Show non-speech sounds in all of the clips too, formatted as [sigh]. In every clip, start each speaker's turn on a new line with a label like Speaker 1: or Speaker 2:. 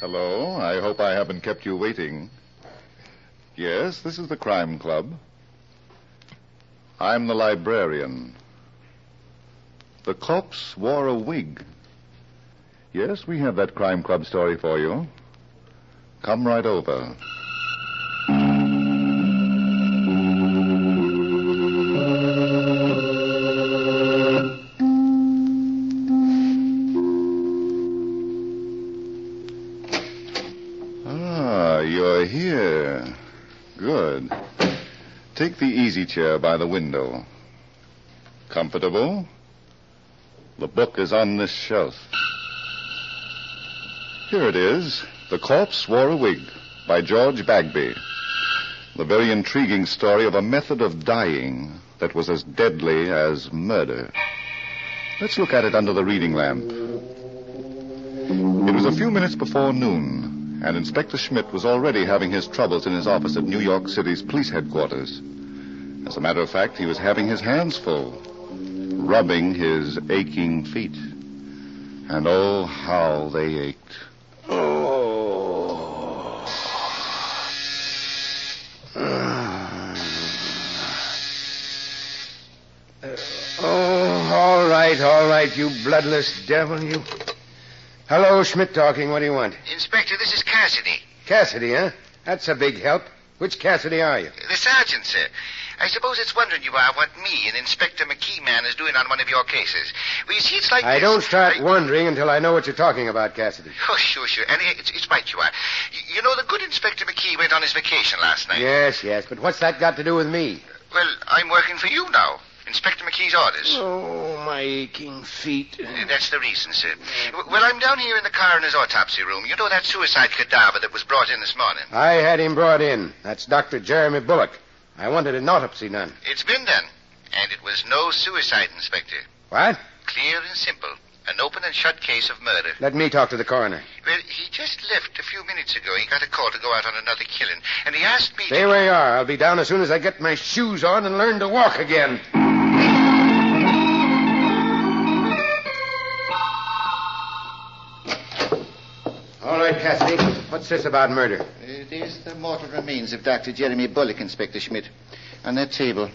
Speaker 1: Hello. I hope I haven't kept you waiting. Yes, this is the Crime Club. I'm the librarian. The corpse wore a wig. Yes, we have that Crime Club story for you. Come right over. Ah, you're here. Good. Take the easy chair by the window. Comfortable? The book is on this shelf. Here it is The Corpse Wore a Wig by George Bagby. The very intriguing story of a method of dying that was as deadly as murder. Let's look at it under the reading lamp. It was a few minutes before noon, and Inspector Schmidt was already having his troubles in his office at New York City's police headquarters. As a matter of fact, he was having his hands full, rubbing his aching feet. And oh, how they ached.
Speaker 2: Oh. Mm. Oh, all right, all right, you bloodless devil, you. Hello, Schmidt talking. What do you want?
Speaker 3: Inspector, this is Cassidy.
Speaker 2: Cassidy, huh? That's a big help. Which Cassidy are you?
Speaker 3: The sergeant, sir. I suppose it's wondering you are what me and Inspector McKee man is doing on one of your cases. Well, you see, it's like
Speaker 2: I
Speaker 3: this.
Speaker 2: don't start
Speaker 3: I-
Speaker 2: wondering until I know what you're talking about, Cassidy.
Speaker 3: Oh, sure, sure. And it's, it's right you are. You, you know, the good Inspector McKee went on his vacation last night.
Speaker 2: Yes, yes, but what's that got to do with me?
Speaker 3: Well, I'm working for you now. Inspector McKee's orders.
Speaker 2: Oh, my aching feet.
Speaker 3: Uh, That's the reason, sir. W- Well, I'm down here in the coroner's autopsy room. You know that suicide cadaver that was brought in this morning?
Speaker 2: I had him brought in. That's Dr. Jeremy Bullock. I wanted an autopsy done.
Speaker 3: It's been done. And it was no suicide, Inspector.
Speaker 2: What?
Speaker 3: Clear and simple. An open and shut case of murder.
Speaker 2: Let me talk to the coroner.
Speaker 3: Well, he just left a few minutes ago. He got a call to go out on another killing, and he asked me.
Speaker 2: Stay where you are. I'll be down as soon as I get my shoes on and learn to walk again. All right, Cassidy. What's this about murder?
Speaker 4: It is the mortal remains of Dr. Jeremy Bullock, Inspector Schmidt, on that table.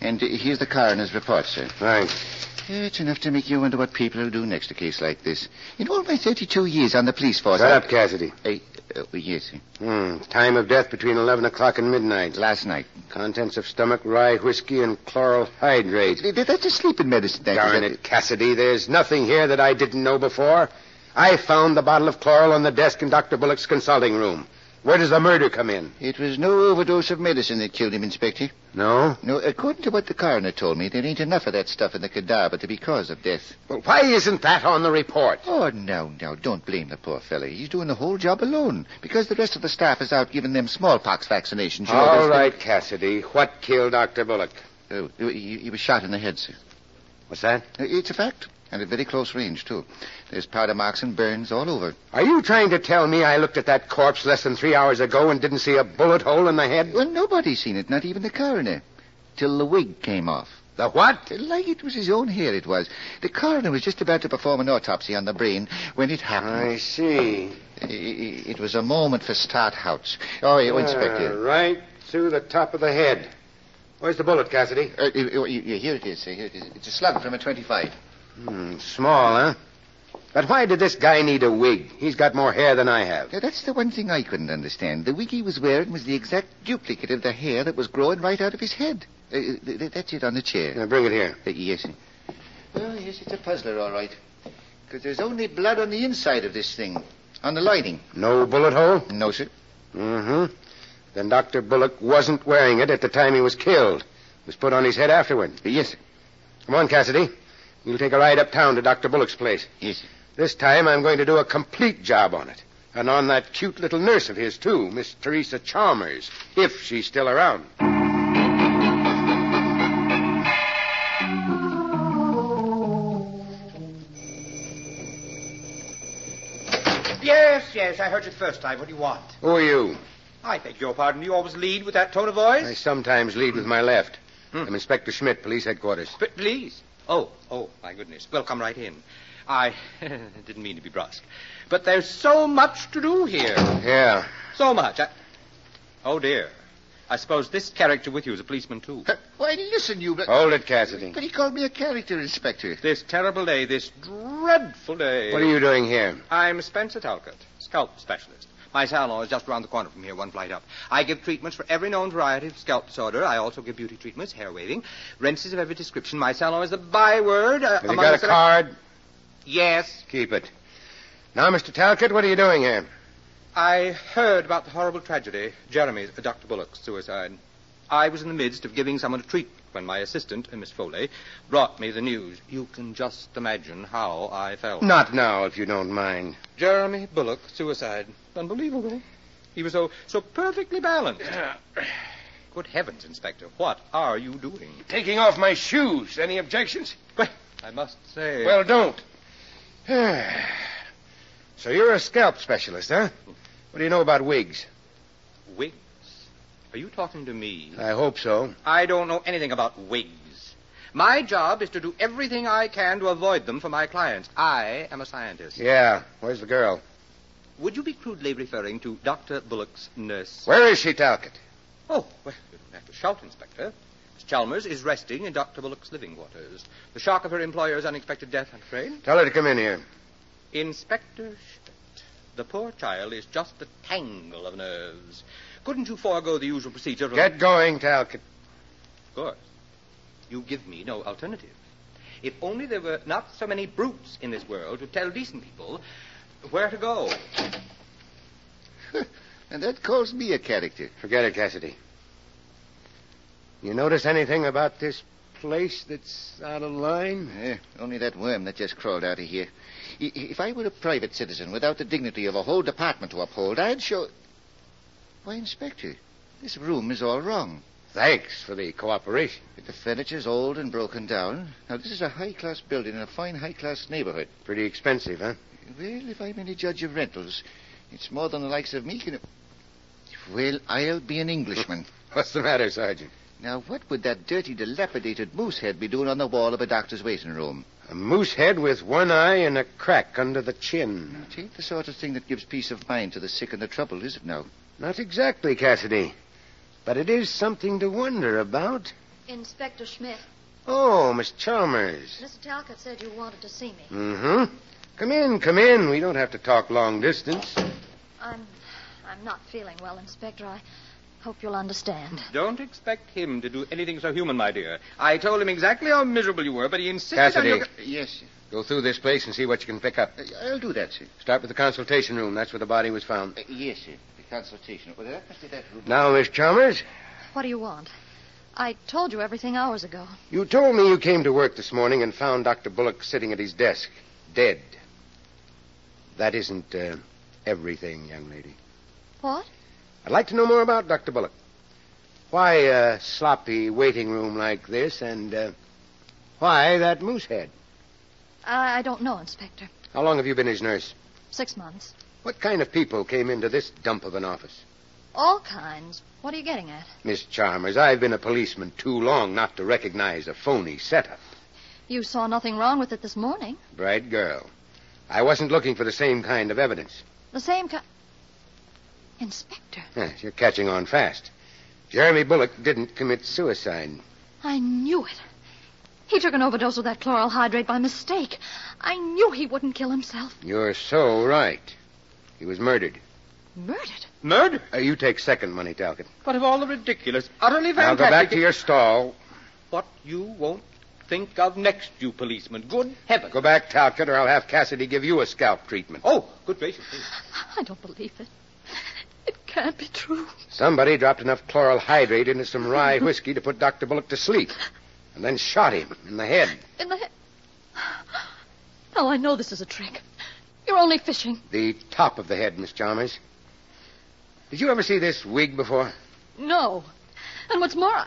Speaker 4: And uh, here's the coroner's report, sir.
Speaker 2: Thanks.
Speaker 4: It's enough to make you wonder what people will do next a case like this. In all my 32 years on the police force.
Speaker 2: Shut up, Cassidy.
Speaker 4: I, uh, yes, sir.
Speaker 2: Hmm. Time of death between 11 o'clock and midnight.
Speaker 4: Last night.
Speaker 2: Contents of stomach, rye, whiskey, and chloral hydrate.
Speaker 4: Th- That's a sleeping medicine. that is.
Speaker 2: Darn it, Cassidy. There's nothing here that I didn't know before. I found the bottle of chloral on the desk in Dr. Bullock's consulting room. Where does the murder come in?
Speaker 4: It was no overdose of medicine that killed him, Inspector.
Speaker 2: No?
Speaker 4: No, according to what the coroner told me, there ain't enough of that stuff in the cadaver to be cause of death.
Speaker 2: Well, why isn't that on the report?
Speaker 4: Oh, no, no, don't blame the poor fella. He's doing the whole job alone because the rest of the staff is out giving them smallpox vaccinations. you know,
Speaker 2: All
Speaker 4: those-
Speaker 2: right, Cassidy. What killed Dr. Bullock?
Speaker 4: Oh, he, he was shot in the head, sir.
Speaker 2: What's that?
Speaker 4: It's a fact, and at very close range, too. There's powder marks and burns all over.
Speaker 2: Are you trying to tell me I looked at that corpse less than three hours ago and didn't see a bullet hole in the head?
Speaker 4: Well, nobody's seen it, not even the coroner, till the wig came off.
Speaker 2: The what?
Speaker 4: Like it was his own hair, it was. The coroner was just about to perform an autopsy on the brain when it happened.
Speaker 2: I see.
Speaker 4: I- I- It was a moment for start outs. Oh, you Inspector.
Speaker 2: Uh, right through the top of the head. Where's the bullet, Cassidy?
Speaker 4: Uh, you- you- you- here it is, sir. Here it is. It's a slug from a 25.
Speaker 2: Hmm, small, huh? But why did this guy need a wig? He's got more hair than I have.
Speaker 4: Now, that's the one thing I couldn't understand. The wig he was wearing was the exact duplicate of the hair that was growing right out of his head. Uh, th- th- that's it on the chair.
Speaker 2: Now, bring it here.
Speaker 4: Uh, yes. sir. Well, yes, it's a puzzler, all right. Because there's only blood on the inside of this thing, on the lining.
Speaker 2: No bullet hole?
Speaker 4: No, sir.
Speaker 2: Mm-hmm. Then Dr. Bullock wasn't wearing it at the time he was killed. It was put on his head afterward.
Speaker 4: Uh, Yes, sir.
Speaker 2: Come on, Cassidy. We'll take a ride uptown to Dr. Bullock's place.
Speaker 4: Yes, sir.
Speaker 2: This time I'm going to do a complete job on it. And on that cute little nurse of his, too, Miss Teresa Chalmers, if she's still around.
Speaker 5: Yes, yes, I heard you first time. What do you want?
Speaker 2: Who are you?
Speaker 5: I beg your pardon. You always lead with that tone of voice?
Speaker 2: I sometimes lead with my left.
Speaker 4: Hmm.
Speaker 2: I'm Inspector Schmidt, police headquarters.
Speaker 5: But please. Oh, oh, my goodness. Well, come right in. I [laughs] didn't mean to be brusque. But there's so much to do here.
Speaker 2: Yeah.
Speaker 5: So much. I... Oh, dear. I suppose this character with you is a policeman, too.
Speaker 4: Why, listen, you. But,
Speaker 2: Hold it, Cassidy.
Speaker 4: but he called me a character, Inspector.
Speaker 5: This terrible day, this dreadful day.
Speaker 2: What are you doing here?
Speaker 5: I'm Spencer Talcott, scalp specialist. My salon is just around the corner from here, one flight up. I give treatments for every known variety of scalp disorder. I also give beauty treatments, hair waving, rinses of every description. My salon is the byword. Uh,
Speaker 2: Have you
Speaker 5: among
Speaker 2: got
Speaker 5: the
Speaker 2: a
Speaker 5: select-
Speaker 2: card?
Speaker 5: Yes.
Speaker 2: Keep it. Now, Mr. Talcott, what are you doing here?
Speaker 5: I heard about the horrible tragedy, Jeremy's, uh, Dr. Bullock's suicide. I was in the midst of giving someone a treatment when my assistant, uh, Miss Foley, brought me the news. You can just imagine how I felt.
Speaker 2: Not now, if you don't mind.
Speaker 5: Jeremy Bullock, suicide. Unbelievable. He was so, so perfectly balanced. Good heavens, Inspector, what are you doing?
Speaker 2: Taking off my shoes. Any objections?
Speaker 5: Well,
Speaker 2: uh,
Speaker 5: I must say.
Speaker 2: Well, don't. [sighs] so you're a scalp specialist, huh? What do you know about wigs?
Speaker 5: wigs. Are you talking to me?
Speaker 2: I hope so.
Speaker 5: uh, I don't know anything about wigs. My job is to do everything I can to avoid them for my clients. I am a scientist.
Speaker 2: Yeah. Where's the girl?
Speaker 5: Would you be crudely referring to Dr. Bullock's nurse?
Speaker 2: Where is she, Talcott?
Speaker 5: Oh, well, you don't have to shout, Inspector. Miss Chalmers is resting in Dr. Bullock's living quarters. The shock of her employer's unexpected death, I'm afraid.
Speaker 2: Tell her to come in here.
Speaker 5: Inspector Schmidt, the poor child is just a tangle of nerves. Couldn't you forego the usual procedure? of-
Speaker 2: Get going, Talcott.
Speaker 5: Of course. You give me no alternative. If only there were not so many brutes in this world to tell decent people where to go.
Speaker 4: And that calls me a character.
Speaker 2: Forget it, Cassidy. You notice anything about this place that's out of line?
Speaker 4: Eh, only that worm that just crawled out of here. I- If I were a private citizen without the dignity of a whole department to uphold, I'd show. Why, Inspector, this room is all wrong.
Speaker 2: Thanks for the cooperation.
Speaker 4: The furniture's old and broken down. Now, this is a high class building in a fine high class neighborhood.
Speaker 2: Pretty expensive, huh? [laughs]
Speaker 4: Well, if I'm any judge of rentals, it's more than the likes of me can. Well, I'll be an Englishman.
Speaker 2: What's the matter, Sergeant?
Speaker 4: now, what would that dirty, dilapidated moose head be doing on the wall of a doctor's waiting room?
Speaker 2: A moose head with one eye and a crack under the chin.
Speaker 4: It ain't the sort of thing that gives peace of mind to the sick and the troubled, is it now?
Speaker 2: Not exactly, Cassidy. But it is something to wonder about.
Speaker 6: Inspector Schmidt,
Speaker 2: Oh, Miss Chalmers.
Speaker 6: Mr. Talcott said you wanted to see me.
Speaker 2: Mm-hmm. Come in, come in. We don't have to talk long distance.
Speaker 6: I'm I'm not feeling well, Inspector. I hope you'll understand.
Speaker 5: Don't expect him to do anything so human, my dear. I told him exactly how miserable you were, but he insisted
Speaker 2: Cassidy.
Speaker 5: on your...
Speaker 4: Yes, sir.
Speaker 2: Go through this place and see what you can pick up.
Speaker 4: Uh, I'll do that, sir.
Speaker 2: Start with the consultation room. That's where the body was found.
Speaker 4: Uh, yes, sir. The consultation. Well, that must be that room.
Speaker 2: Now, Miss Chalmers,
Speaker 6: What do you want? I told you everything hours ago.
Speaker 2: you told me you came to work this morning and found Dr. Bullock sitting at his desk, dead. That isn't uh, everything, young lady.
Speaker 6: What?
Speaker 2: I'd like to know more about Dr. Bullock. Why a sloppy waiting room like this, and uh, why that moose head?
Speaker 6: I, I don't know, Inspector.
Speaker 2: How long have you been his nurse?
Speaker 6: Six months.
Speaker 2: What kind of people came into this dump of an office?
Speaker 6: All kinds. What are you getting at?
Speaker 2: Miss Chalmers, I've been a policeman too long not to recognize a phony setup.
Speaker 6: You saw nothing wrong with it this morning.
Speaker 2: Bright girl. I wasn't looking for the same kind of evidence.
Speaker 6: The same kind. Inspector,
Speaker 2: Huh, you're catching on fast. Jeremy Bullock didn't commit suicide.
Speaker 6: I knew it. He took an overdose of that chloral hydrate by mistake. I knew he wouldn't kill himself.
Speaker 2: You're so right. He was murdered.
Speaker 6: Murdered.
Speaker 5: Murder?
Speaker 2: Uh, you take second money, Talcott.
Speaker 5: What of all the ridiculous, utterly
Speaker 2: Now
Speaker 5: fantastic...
Speaker 2: go back to your stall.
Speaker 5: What you won't think of next, you policeman. Good heavens.
Speaker 2: Go back, Talcott, or I'll have Cassidy give you a scalp treatment.
Speaker 5: Oh, good gracious. me.
Speaker 6: I don't believe it. It can't be true.
Speaker 2: Somebody dropped enough chloral hydrate into some rye whiskey to put Dr. Bullock to sleep, and then shot him in the head.
Speaker 6: In the he- Now I know this is a trick. You're only fishing.
Speaker 2: The top of the head, Miss Chalmers. Did you ever see this wig before?
Speaker 6: No. And what's more, I...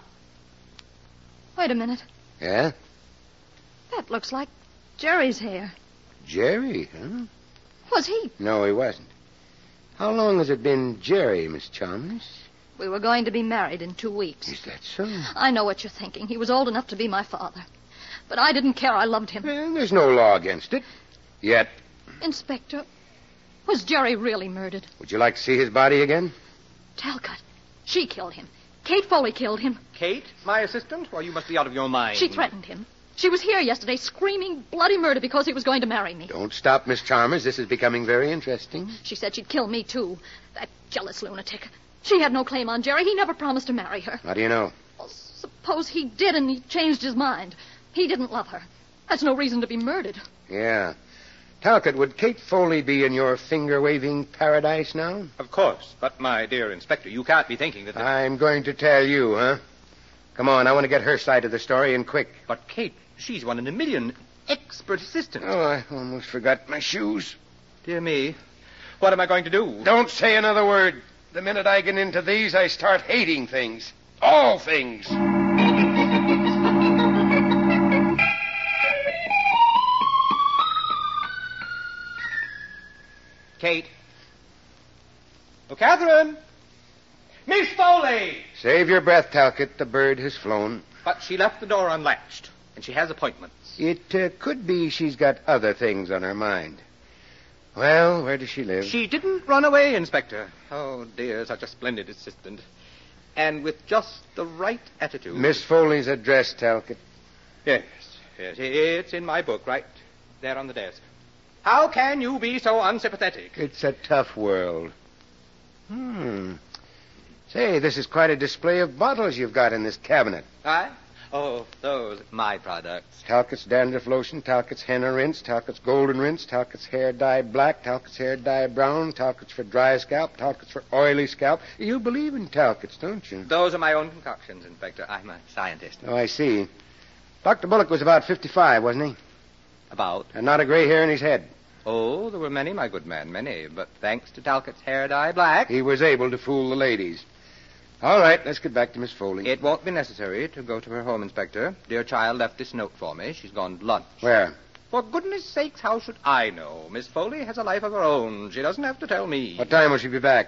Speaker 6: wait a minute.
Speaker 2: Yeah?
Speaker 6: That looks like Jerry's hair.
Speaker 2: Jerry, huh?
Speaker 6: Was he?
Speaker 2: No, he wasn't. How long has it been Jerry, Miss Chalmers?
Speaker 6: We were going to be married in two weeks.
Speaker 2: Is that so?
Speaker 6: I know what you're thinking. He was old enough to be my father. But I didn't care. I loved him.
Speaker 2: Well, there's no law against it. Yet.
Speaker 6: Inspector, was Jerry really murdered?
Speaker 2: Would you like to see his body again?
Speaker 6: Talcott. She killed him. Kate Foley killed him.
Speaker 5: Kate, my assistant? Well, you must be out of your mind.
Speaker 6: She threatened him. She was here yesterday screaming bloody murder because he was going to marry me.
Speaker 2: Don't stop, Miss Chalmers. This is becoming very interesting.
Speaker 6: She said she'd kill me, too. That jealous lunatic. She had no claim on Jerry. He never promised to marry her.
Speaker 2: How do you know?
Speaker 6: Well, suppose he did and he changed his mind. He didn't love her. That's no reason to be murdered.
Speaker 2: Yeah. Talcott, would Kate Foley be in your finger waving paradise now?
Speaker 5: Of course. But, my dear Inspector, you can't be thinking that. the-
Speaker 2: I'm going to tell you, huh? Come on, I want to get her side of the story and quick.
Speaker 5: But Kate, she's one in a million. Expert assistant.
Speaker 2: Oh, I almost forgot my shoes.
Speaker 5: Dear me. What am I going to do?
Speaker 2: Don't say another word. The minute I get into these, I start hating things. All things.
Speaker 5: Kate. Oh, Catherine! Miss Foley!
Speaker 2: Save your breath, Talcott. The bird has flown.
Speaker 5: But she left the door unlatched, and she has appointments.
Speaker 2: It uh, could be she's got other things on her mind. Well, where does she live?
Speaker 5: She didn't run away, Inspector. Oh, dear, such a splendid assistant. And with just the right attitude.
Speaker 2: Miss Foley's address, Talcott.
Speaker 5: Yes, yes. It's in my book, right there on the desk. How can you be so unsympathetic?
Speaker 2: It's a tough world. Hmm. Say, this is quite a display of bottles you've got in this cabinet.
Speaker 5: I? Oh, those, my products.
Speaker 2: Talcott's dandruff lotion, Talcott's henna rinse, Talcott's golden rinse, Talcott's hair dye black, Talcott's hair dye brown, Talcott's for dry scalp, Talcott's for oily scalp. You believe in Talcott's, don't you?
Speaker 5: Those are my own concoctions, Inspector. I'm a scientist.
Speaker 2: Oh, I see. Dr. Bullock was about 55, wasn't he?
Speaker 5: About?
Speaker 2: And not a gray hair in his head.
Speaker 5: Oh, there were many, my good man, many. But thanks to Talcott's hair dye black,
Speaker 2: He was able to fool the ladies. All right, let's get back to Miss Foley.
Speaker 5: it won't be necessary to go to her home, Inspector. Dear child left this note for me. She's gone to lunch.
Speaker 2: Where?
Speaker 5: For goodness sakes, how should I know? Miss Foley has a life of her own. She doesn't have to tell me.
Speaker 2: What time will she be back?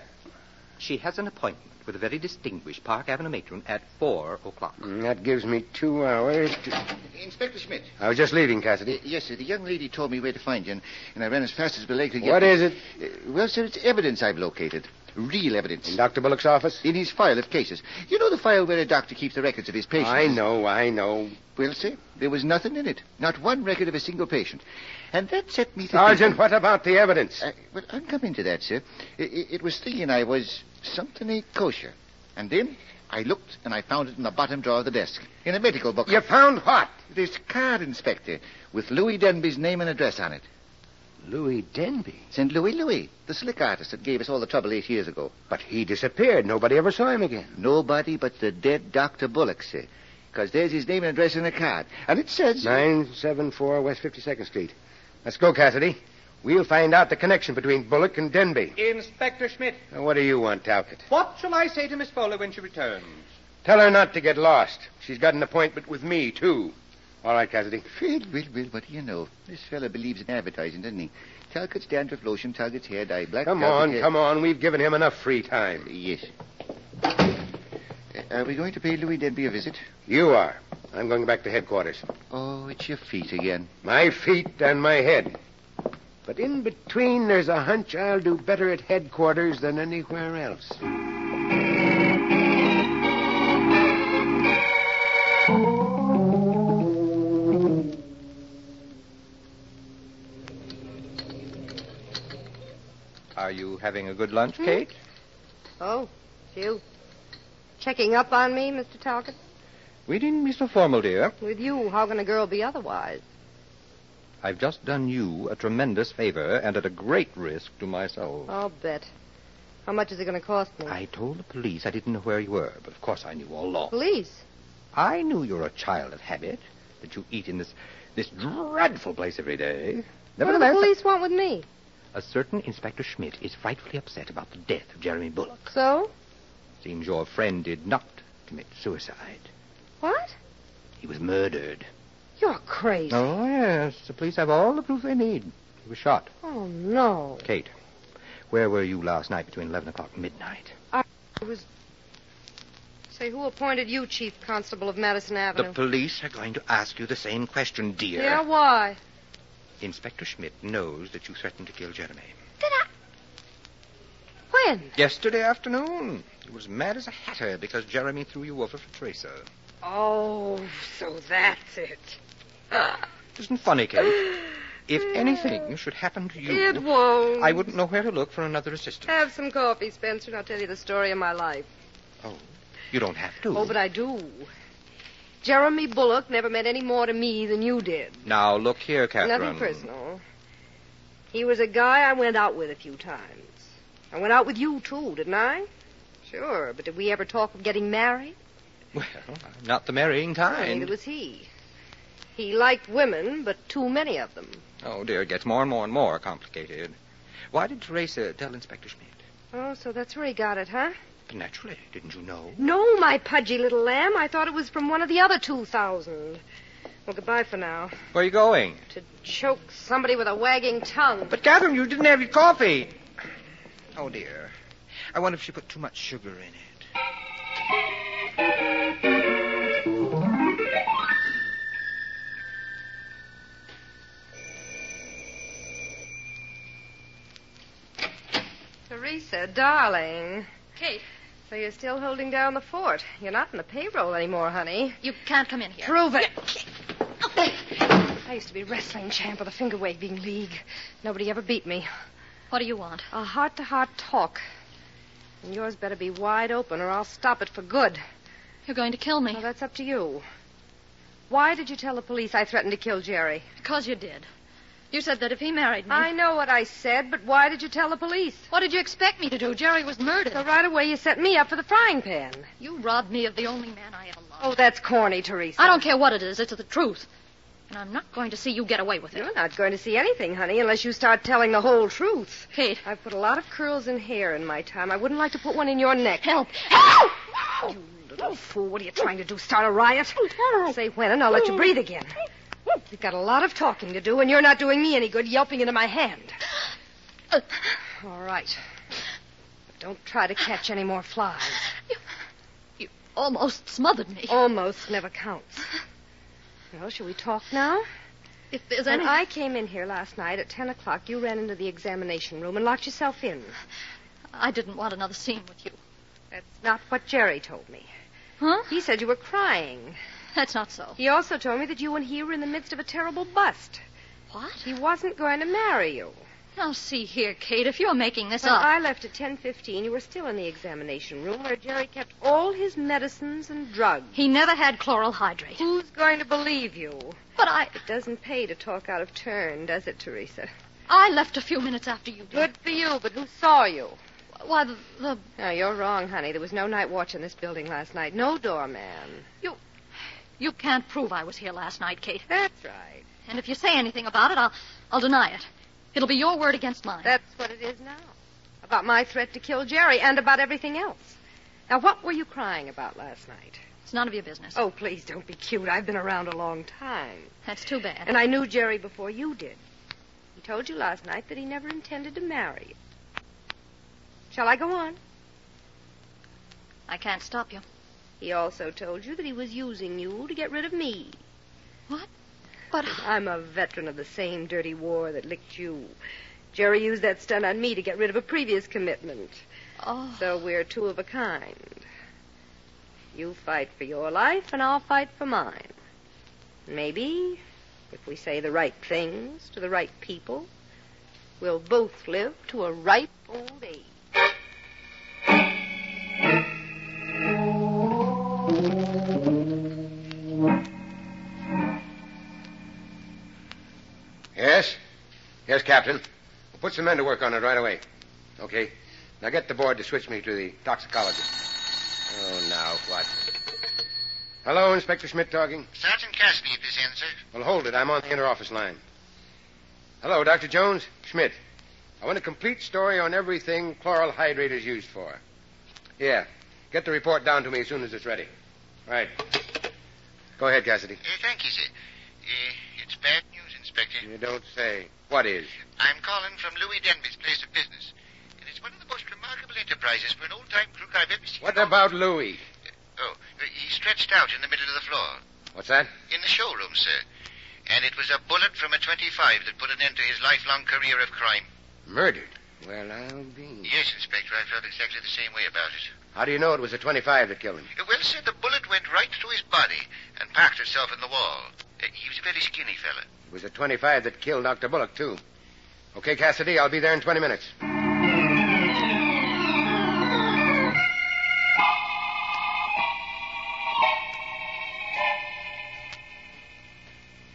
Speaker 5: She has an appointment with a very distinguished Park Avenue matron at four o'clock.
Speaker 2: Mm, That gives me two hours. To...
Speaker 4: Uh, Inspector Schmidt.
Speaker 2: I was just leaving, Cassidy.
Speaker 4: Uh, Yes, sir. The young lady told me where to find you, and, and I ran as fast as my leg could get.
Speaker 2: What is it?
Speaker 4: Uh, well, sir, it's evidence I've located. Real evidence.
Speaker 2: In Dr. Bullock's office?
Speaker 4: in his file of cases. You know the file where a doctor keeps the records of his patients?
Speaker 2: I know, I know.
Speaker 4: Well, sir, there was nothing in it. Not one record of a single patient. And that set me thinking...
Speaker 2: Sergeant, what about the evidence?
Speaker 4: Uh, well, I'm coming to that, sir. I- I- it was thinking I was something ain't kosher. And then I looked and I found it in the bottom drawer of the desk, in a medical book.
Speaker 2: You found what?
Speaker 4: This card, Inspector, with Louis Denby's name and address on it.
Speaker 2: Louis Denby.
Speaker 4: St. Louis Louis, the slick artist that gave us all the trouble eight years ago.
Speaker 2: But he disappeared. Nobody ever saw him again.
Speaker 4: Nobody but the dead Dr. Bullock, sir. Because there's his name and address on the card. And it says...
Speaker 2: 974 West 52nd Street. Let's go, Cassidy. We'll find out the connection between Bullock and Denby.
Speaker 5: Inspector Schmidt,
Speaker 2: Now, what do you want, Talcott?
Speaker 5: what shall I say to Miss Foley when she returns?
Speaker 2: Tell her not to get lost. She's got an appointment with me, too. All right, Cassidy.
Speaker 4: Well, well, well, what do you know? This fella believes in advertising, doesn't he? Talcott's dandruff lotion, Talcott's hair dye, black...
Speaker 2: Come on, come on. We've given him enough free time.
Speaker 4: Yes. Uh, are we going to pay Louis Denby a visit?
Speaker 2: You are. I'm going back to headquarters.
Speaker 4: Oh, it's your feet again.
Speaker 2: My feet and my head. But in between, there's a hunch I'll do better at headquarters than anywhere else.
Speaker 5: Are you having a good lunch, Kate?
Speaker 7: Oh, it's you. Checking up on me, Mr. Talcott?
Speaker 5: We didn't be so formal, dear.
Speaker 7: With you, how can a girl be otherwise?
Speaker 5: I've just done you a tremendous favor and at a great risk to myself.
Speaker 7: I'll bet. Oh, How much is it going to cost me?
Speaker 5: I told the police I didn't know where you were, but of course I knew all along.
Speaker 7: Police.
Speaker 5: I knew you're a child of habit, that you eat in this this dreadful place every day.
Speaker 7: What do the
Speaker 5: Nevertheless,
Speaker 7: police want with me?
Speaker 5: a certain Inspector Schmidt is frightfully upset about the death of Jeremy Bullock.
Speaker 7: So?
Speaker 5: Seems your friend did not commit suicide.
Speaker 7: What?
Speaker 5: He was murdered.
Speaker 7: You're crazy.
Speaker 5: Oh, yes. The police have all the proof they need. He was shot.
Speaker 7: Oh, no.
Speaker 5: Kate, where were you last night between 11 o'clock and midnight?
Speaker 7: It was. Say, who appointed you chief constable of Madison Avenue?
Speaker 5: police are going to ask you the same question, dear.
Speaker 7: Yeah, why?
Speaker 5: Inspector Schmidt knows that you threatened to kill Jeremy.
Speaker 6: Did I?
Speaker 7: When?
Speaker 5: Yesterday afternoon, he was mad as a hatter because Jeremy threw you over for Tracer.
Speaker 7: Oh, so that's it. [sighs]
Speaker 5: Isn't funny,
Speaker 7: [laughs]
Speaker 5: Kate? If anything should happen to you,
Speaker 7: It won't. Uh,
Speaker 5: I wouldn't know where to look for another assistant.
Speaker 7: Have some coffee, Spencer, and I'll tell you the story of my life.
Speaker 5: You don't have to.
Speaker 7: Oh, but I do. Jeremy Bullock never meant any more to me than you did.
Speaker 5: Now look here, Catherine.
Speaker 7: Nothing personal. He was a guy I went out with a few times. I went out with you, too, didn't I? Sure, but did we ever talk of getting married?
Speaker 5: Well, I'm not the marrying
Speaker 7: Neither
Speaker 5: kind.
Speaker 7: was he. He liked women, but too many of them.
Speaker 5: Oh dear, it gets more and more and more complicated. Why did Teresa tell Inspector Schmidt?
Speaker 7: Oh, so that's where he got it, huh?
Speaker 5: But naturally, didn't you know?
Speaker 7: No, my pudgy little lamb. I thought it was from one of the other 2,000. Well, goodbye for now.
Speaker 5: Where are you going?
Speaker 7: To choke somebody with a wagging tongue.
Speaker 5: But Catherine, you didn't have your coffee. Oh dear, I wonder if she put too much sugar in it.
Speaker 7: Teresa, darling.
Speaker 6: Kate,
Speaker 7: So you're still holding down the fort. You're not in the payroll anymore, honey.
Speaker 6: you can't come in here.
Speaker 7: Prove it. I used to be wrestling champ of the finger waving league. Nobody ever beat me.
Speaker 6: What do you want?
Speaker 7: A heart to heart talk. And yours better be wide open or I'll stop it for good.
Speaker 6: You're going to kill me.
Speaker 7: Well, that's up to you. Why did you tell the police I threatened to kill Jerry?
Speaker 6: Because you did. You said that if he married me.
Speaker 7: I know what I said, but why did you tell the police?
Speaker 6: What did you expect me to do? Jerry was murdered.
Speaker 7: So right away you set me up for the frying pan.
Speaker 6: You robbed me of the only man I ever loved.
Speaker 7: Oh, that's corny, Teresa.
Speaker 6: I don't care what it is. It's the truth. And I'm not going to see you get away with it.
Speaker 7: You're not going to see anything, honey, unless you start telling the whole truth.
Speaker 6: Kate.
Speaker 7: I've put a lot of curls in hair in my time. I wouldn't like to put one in your neck.
Speaker 6: Help. Help!
Speaker 7: You Oh, little fool. What are you trying to do? Start a riot? Say when, and I'll let you breathe again. You've got a lot of talking to do, and you're not doing me any good yelping into my hand.
Speaker 6: Uh,
Speaker 7: All right. But don't try to catch any more flies.
Speaker 6: you, you almost smothered me.
Speaker 7: Almost never counts. Well, shall we talk now?
Speaker 6: If there's
Speaker 7: When
Speaker 6: any...
Speaker 7: I came in here last night at 10 o'clock, you ran into the examination room and locked yourself in.
Speaker 6: I didn't want another scene with you.
Speaker 7: That's not what Jerry told me.
Speaker 6: Huh?
Speaker 7: He said you were crying.
Speaker 6: That's not so.
Speaker 7: He also told me that you and he were in the midst of a terrible bust.
Speaker 6: What?
Speaker 7: He wasn't going to marry you.
Speaker 6: Now, see here, Kate. If you're making this
Speaker 7: When
Speaker 6: up...
Speaker 7: I left at 10.15, you were still in the examination room where Jerry kept all his medicines and drugs.
Speaker 6: He never had chloral hydrate.
Speaker 7: Who's going to believe you?
Speaker 6: But I...
Speaker 7: It doesn't pay to talk out of turn, does it, Teresa?
Speaker 6: I left a few minutes after you did.
Speaker 7: Good for you, but who saw you?
Speaker 6: Why, the... the
Speaker 7: No, Oh, you're wrong, honey. There was no night watch in this building last night. No doorman.
Speaker 6: you can't prove I was here last night, Kate.
Speaker 7: That's right.
Speaker 6: And if you say anything about it, I'll... I'll deny it. It'll be your word against mine.
Speaker 7: That's what it is now. About my threat to kill Jerry and about everything else. Now, what were you crying about last night?
Speaker 6: It's none of your business.
Speaker 7: Oh, please don't be cute. I've been around a long time.
Speaker 6: That's too bad.
Speaker 7: And I knew Jerry before you did. He told you last night that he never intended to marry you. Shall I go on?
Speaker 6: I can't stop you.
Speaker 7: He also told you that he was using you to get rid of me.
Speaker 6: But
Speaker 7: I'm a veteran of the same dirty war that licked you. Jerry used that stunt on me to get rid of a previous commitment.
Speaker 6: oh,
Speaker 7: So we're two of a kind. You fight for your life, and I'll fight for mine. Maybe, if we say the right things to the right people, we'll both live to a ripe old age.
Speaker 2: Yes? Yes, Captain. Put some men to work on it right away. Okay. Now get the board to switch me to the toxicologist. Oh, now what? Hello, Inspector Schmidt talking.
Speaker 3: Sergeant Cassidy at this end, sir.
Speaker 2: Well, hold it. I'm on the inner office line. Hello, Dr. Jones. Schmidt. I want a complete story on everything chloral hydrate is used for. Yeah. Get the report down to me as soon as it's ready. Right. Go ahead, Cassidy.
Speaker 3: Uh, thank you, sir. Uh, it's bad news, Inspector.
Speaker 2: You don't say. What is?
Speaker 3: I'm calling from Louis Denby's place of business. And it's one of the most remarkable enterprises for an old-time crook I've ever seen.
Speaker 2: What about Louis?
Speaker 3: Oh, uh, he's stretched out in the middle of the floor.
Speaker 2: What's that?
Speaker 3: In the showroom, sir. And and it was a bullet from a 25 that put an end to his lifelong career of crime.
Speaker 2: Murdered? Well, I'll be.
Speaker 3: Yes, Inspector, I felt exactly the same way about it.
Speaker 2: How do you know it was a 25 that killed him?
Speaker 3: Well, sir, the bullet went right through his body and packed itself in the wall. Uh, He was a very skinny fella.
Speaker 2: It was a 25 that killed Dr. Bullock, too. Okay, Cassidy, I'll be there in 20 minutes.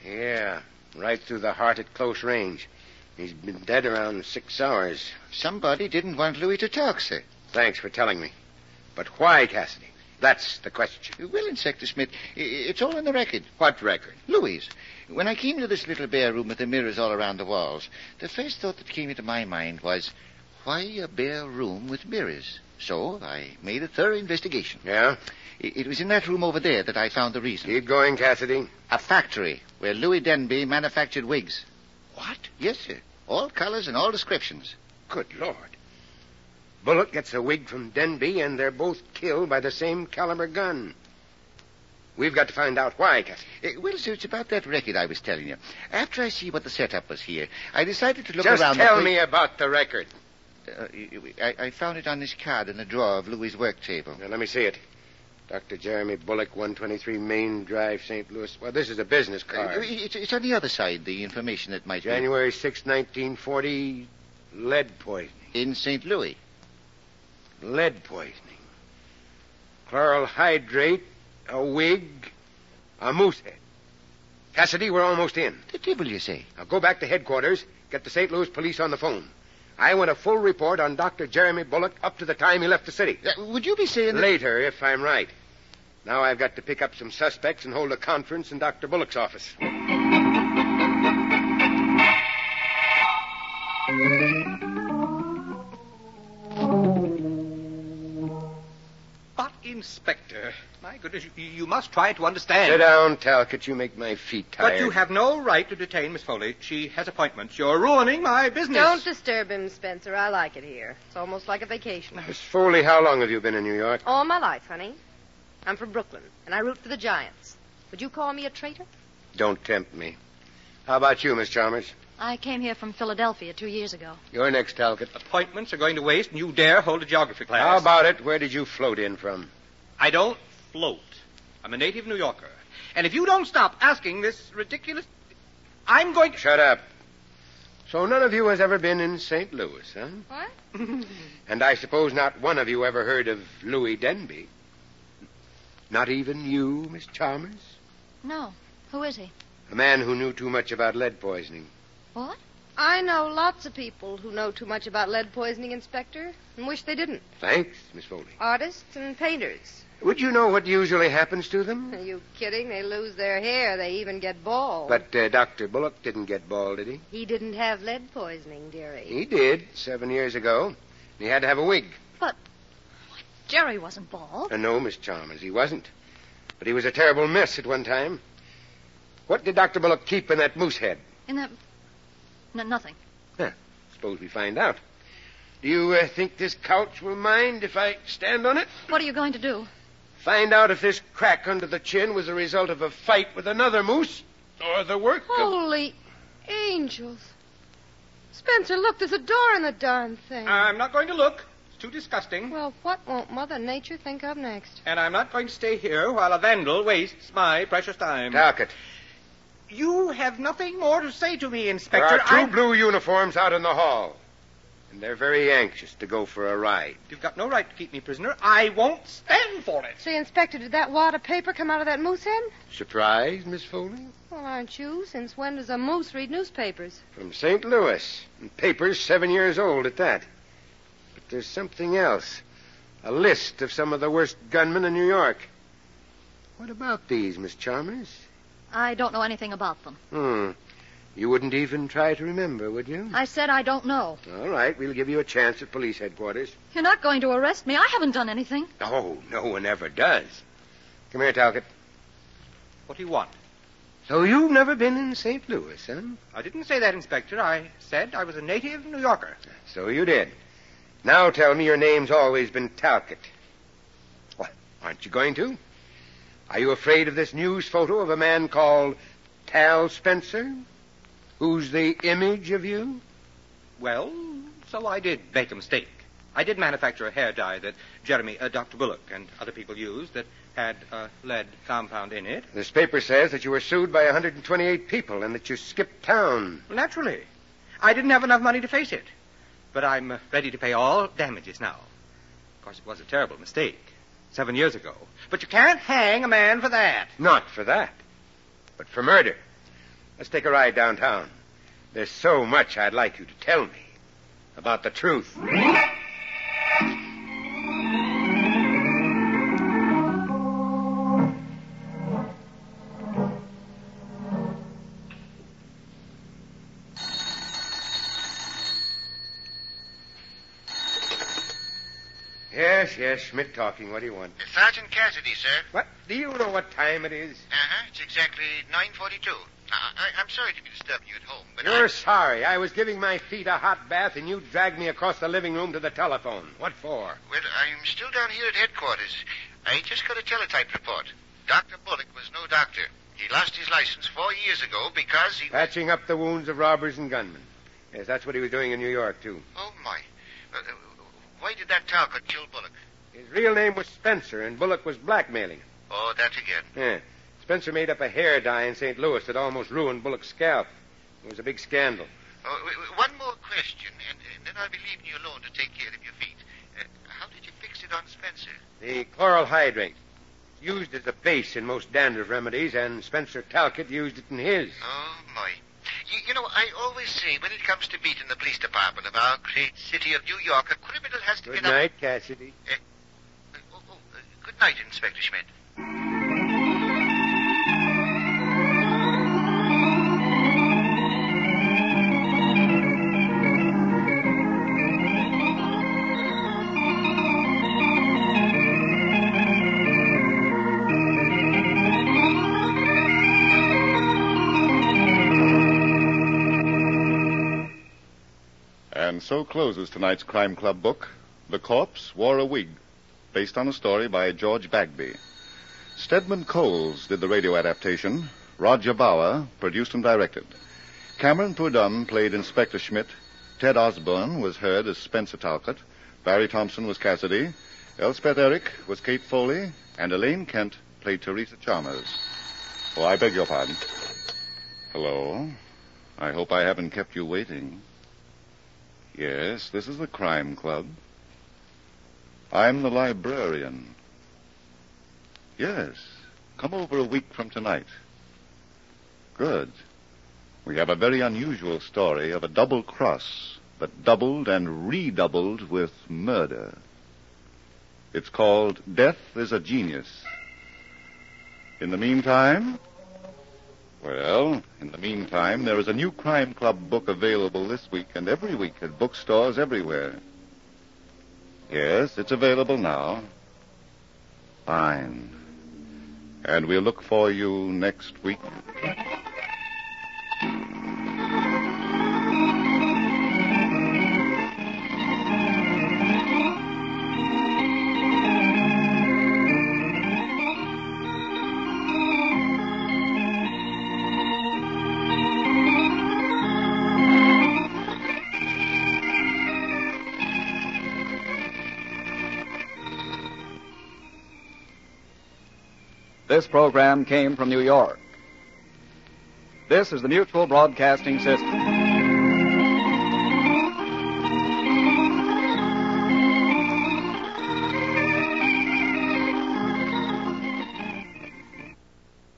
Speaker 2: Yeah, right through the heart at close range. He's been dead around six hours.
Speaker 4: Somebody didn't want Louis to talk, sir.
Speaker 2: Thanks for telling me. But why, Cassidy? That's the question.
Speaker 4: Well, Inspector Smith, i- i- it's all on the record.
Speaker 2: What record?
Speaker 4: Louise, when I came to this little bare room with the mirrors all around the walls, the first thought that came into my mind was, why a bare room with mirrors? So I made a thorough investigation.
Speaker 2: Yeah?
Speaker 4: I- It was in that room over there that I found the reason.
Speaker 2: Keep going, Cassidy.
Speaker 4: A factory where Louis Denby manufactured wigs. What? Yes, sir. All colors and all descriptions.
Speaker 2: Good Lord. Bullock gets a wig from Denby, and they're both killed by the same caliber gun. We've got to find out why, Cassidy.
Speaker 4: Eh, well, sir, it's about that record I was telling you. After I see what the setup was here, I decided to look
Speaker 2: Just
Speaker 4: around. the
Speaker 2: tell
Speaker 4: place-
Speaker 2: me about the record.
Speaker 4: Uh, I, I found it on this card in the drawer of Louis's work table.
Speaker 2: Now, let me see it. Dr. Jeremy Bullock, 123 Main Drive, St. Louis. Well, this is a business
Speaker 4: Uh,
Speaker 2: card.
Speaker 4: it- it's on the other side, the information that might
Speaker 2: January 6, 1940, lead poisoning.
Speaker 4: be in St. Louis.
Speaker 2: Lead poisoning. Chloral hydrate, a wig, a moose head. Cassidy, we're almost in.
Speaker 4: The table, you say?
Speaker 2: Now go back to headquarters. Get the St. Louis police on the phone. I want a full report on Dr. Jeremy Bullock up to the time he left the city.
Speaker 4: Uh, would you be saying that...
Speaker 2: Later, if I'm right. Now I've got to pick up some suspects and hold a conference in Dr. Bullock's office.
Speaker 5: But, Inspector, my goodness, you, you must try to understand.
Speaker 2: Sit down, Talcott. You make my feet tired.
Speaker 5: But you have no right to detain Miss Foley. She has appointments. You're ruining my business.
Speaker 7: Don't disturb him, Spencer. I like it here. It's almost like a vacation.
Speaker 2: Miss Foley, how long have you been in New York?
Speaker 7: All my life, honey. I'm from Brooklyn, and I root for the Giants. Would you call me a traitor?
Speaker 2: Don't tempt me. How about you, Miss Chalmers?
Speaker 6: I came here from Philadelphia two years ago.
Speaker 2: You're next, Talcott.
Speaker 5: Appointments are going to waste, and you dare hold a geography class.
Speaker 2: How about it? Where did you float in from?
Speaker 5: I don't float. I'm a native New Yorker. And if you don't stop asking this ridiculous. I'm going to.
Speaker 2: Shut up. So none of you has ever been in St. Louis, huh?
Speaker 7: What?
Speaker 2: [laughs] And I suppose not one of you ever heard of Louis Denby. Not even you, Miss Chalmers?
Speaker 6: No. Who is he?
Speaker 2: A man who knew too much about lead poisoning.
Speaker 6: What?
Speaker 7: I know lots of people who know too much about lead poisoning, Inspector, and wish they didn't.
Speaker 2: Thanks, Miss Foley.
Speaker 7: Artists and painters.
Speaker 2: Would you know what usually happens to them?
Speaker 7: Are you kidding? They lose their hair. They even get bald.
Speaker 2: But uh, Dr. Bullock didn't get bald, did he?
Speaker 7: he didn't have lead poisoning, dearie.
Speaker 2: He did, seven years ago. And he had to have a wig.
Speaker 6: Jerry wasn't bald.
Speaker 2: Uh, no, Miss Chalmers, he wasn't. But he was a terrible mess at one time. What did Dr. Bullock keep in that moose head?
Speaker 6: In that. No, nothing.
Speaker 2: Suppose we find out. Do you uh, think this couch will mind if I stand on it?
Speaker 6: What are you going to do?
Speaker 2: Find out if this crack under the chin was the result of a fight with another moose or the work of.
Speaker 7: Holy angels. Spencer, look, there's a door in the darn thing.
Speaker 5: I'm not going to look. It's too disgusting.
Speaker 7: well, what won't Mother Nature think of next?
Speaker 5: And I'm not going to stay here while a vandal wastes my precious time.
Speaker 2: Talcott,
Speaker 5: You have nothing more to say to me,
Speaker 2: there
Speaker 5: Inspector.
Speaker 2: are 2
Speaker 5: I'm-
Speaker 2: blue uniforms out in the hall, and they're very anxious to go for a ride.
Speaker 5: You've got no right to keep me prisoner. I won't stand for it.
Speaker 7: Say, Inspector, did that wad of paper come out of that moose head?
Speaker 2: Surprised, Miss Foley?
Speaker 7: Well, aren't you? Since when does a moose read newspapers?
Speaker 2: From St. Louis, and papers seven years old at that. But there's something else a list of some of the worst gunmen in New York. What about these, Miss Chalmers?
Speaker 6: I don't know anything about them.
Speaker 2: Hmm. You wouldn't even try to remember, would you?
Speaker 6: I said I don't know.
Speaker 2: All right, we'll give you a chance at police headquarters.
Speaker 6: You're not going to arrest me. I haven't done anything.
Speaker 2: Oh, no one ever does. Come here, Talcott.
Speaker 5: What do you want?
Speaker 2: So you've never been in St. Louis, huh?
Speaker 5: I didn't say that, Inspector. I said I was a native New Yorker.
Speaker 2: So you did. Now tell me your name's always been Talcott. What? Aren't you going to? Are you afraid of this news photo of a man called Tal Spencer, who's the image of you?
Speaker 5: Well, so I did make a mistake. I did manufacture a hair dye that Jeremy, uh, Dr. Bullock, and other people used that had a lead compound in it.
Speaker 2: This paper says that you were sued by 128 people and that you skipped town.
Speaker 5: Naturally, I didn't have enough money to face it. But I'm uh, ready to pay all damages now. Of course, it was a terrible mistake seven years ago. But you can't hang a man for that.
Speaker 2: Not for that, but for murder. Let's take a ride downtown. There's so much I'd like you to tell me about the truth. Yes, yes, Schmidt talking. What do you want?
Speaker 4: Sergeant Cassidy, sir.
Speaker 2: What? Do you know what time it is?
Speaker 4: Uh-huh. It's exactly 9.42. I- I- I'm sorry to be disturbing you at home, but
Speaker 2: You're
Speaker 4: I-
Speaker 2: sorry. I was giving my feet a hot bath and you dragged me across the living room to the telephone. What for?
Speaker 4: Well, I'm still down here at headquarters. I just got a teletype report. Dr. Bullock was no doctor. He lost his license four years ago because he...
Speaker 2: Patching up the wounds of robbers and gunmen. Yes, that's what he was doing in New York, too.
Speaker 4: Oh, my. Uh, uh, why did that talker kill Bullock?
Speaker 2: His real name was Spencer, and Bullock was blackmailing him.
Speaker 4: Oh, that again.
Speaker 2: Yeah. Spencer made up a hair dye in St. Louis that almost ruined Bullock's scalp. It was a big scandal.
Speaker 4: Oh, w- w- one more question, and, and then I'll be leaving you alone to take care of your feet. Uh, how did you fix it on Spencer?
Speaker 2: The chloral hydrate, used as a base in most dandruff remedies, and Spencer Talcott used it in his.
Speaker 4: Oh, my. You, you know, I always say when it comes to beating the police department of our great city of New York, a criminal has to
Speaker 2: Good
Speaker 4: get up-
Speaker 2: night, Cassidy.
Speaker 4: Uh, oh, oh, uh, good night, Inspector Schmidt.
Speaker 1: And so closes tonight's Crime Club book, The Corpse Wore a Wig, based on a story by George Bagby. Stedman Coles did the radio adaptation. Roger Bauer produced and directed. Cameron Prudhomme played Inspector Schmidt. Ted Osborne was heard as Spencer Talcott. Barry Thompson was Cassidy. Elspeth Eric was Kate Foley. And Elaine Kent played Teresa Chalmers. Oh, I beg your pardon. Hello. I hope I haven't kept you waiting. Yes, this is the crime club. I'm the librarian. Yes, come over a week from tonight. Good. We have a very unusual story of a double cross that doubled and redoubled with murder. It's called Death is a Genius. In the meantime, well, in the meantime, there is a new Crime Club book available this week and every week at bookstores everywhere. Yes, it's available now. Fine. And we'll look for you next week.
Speaker 8: This program came from New York. This is the Mutual Broadcasting System.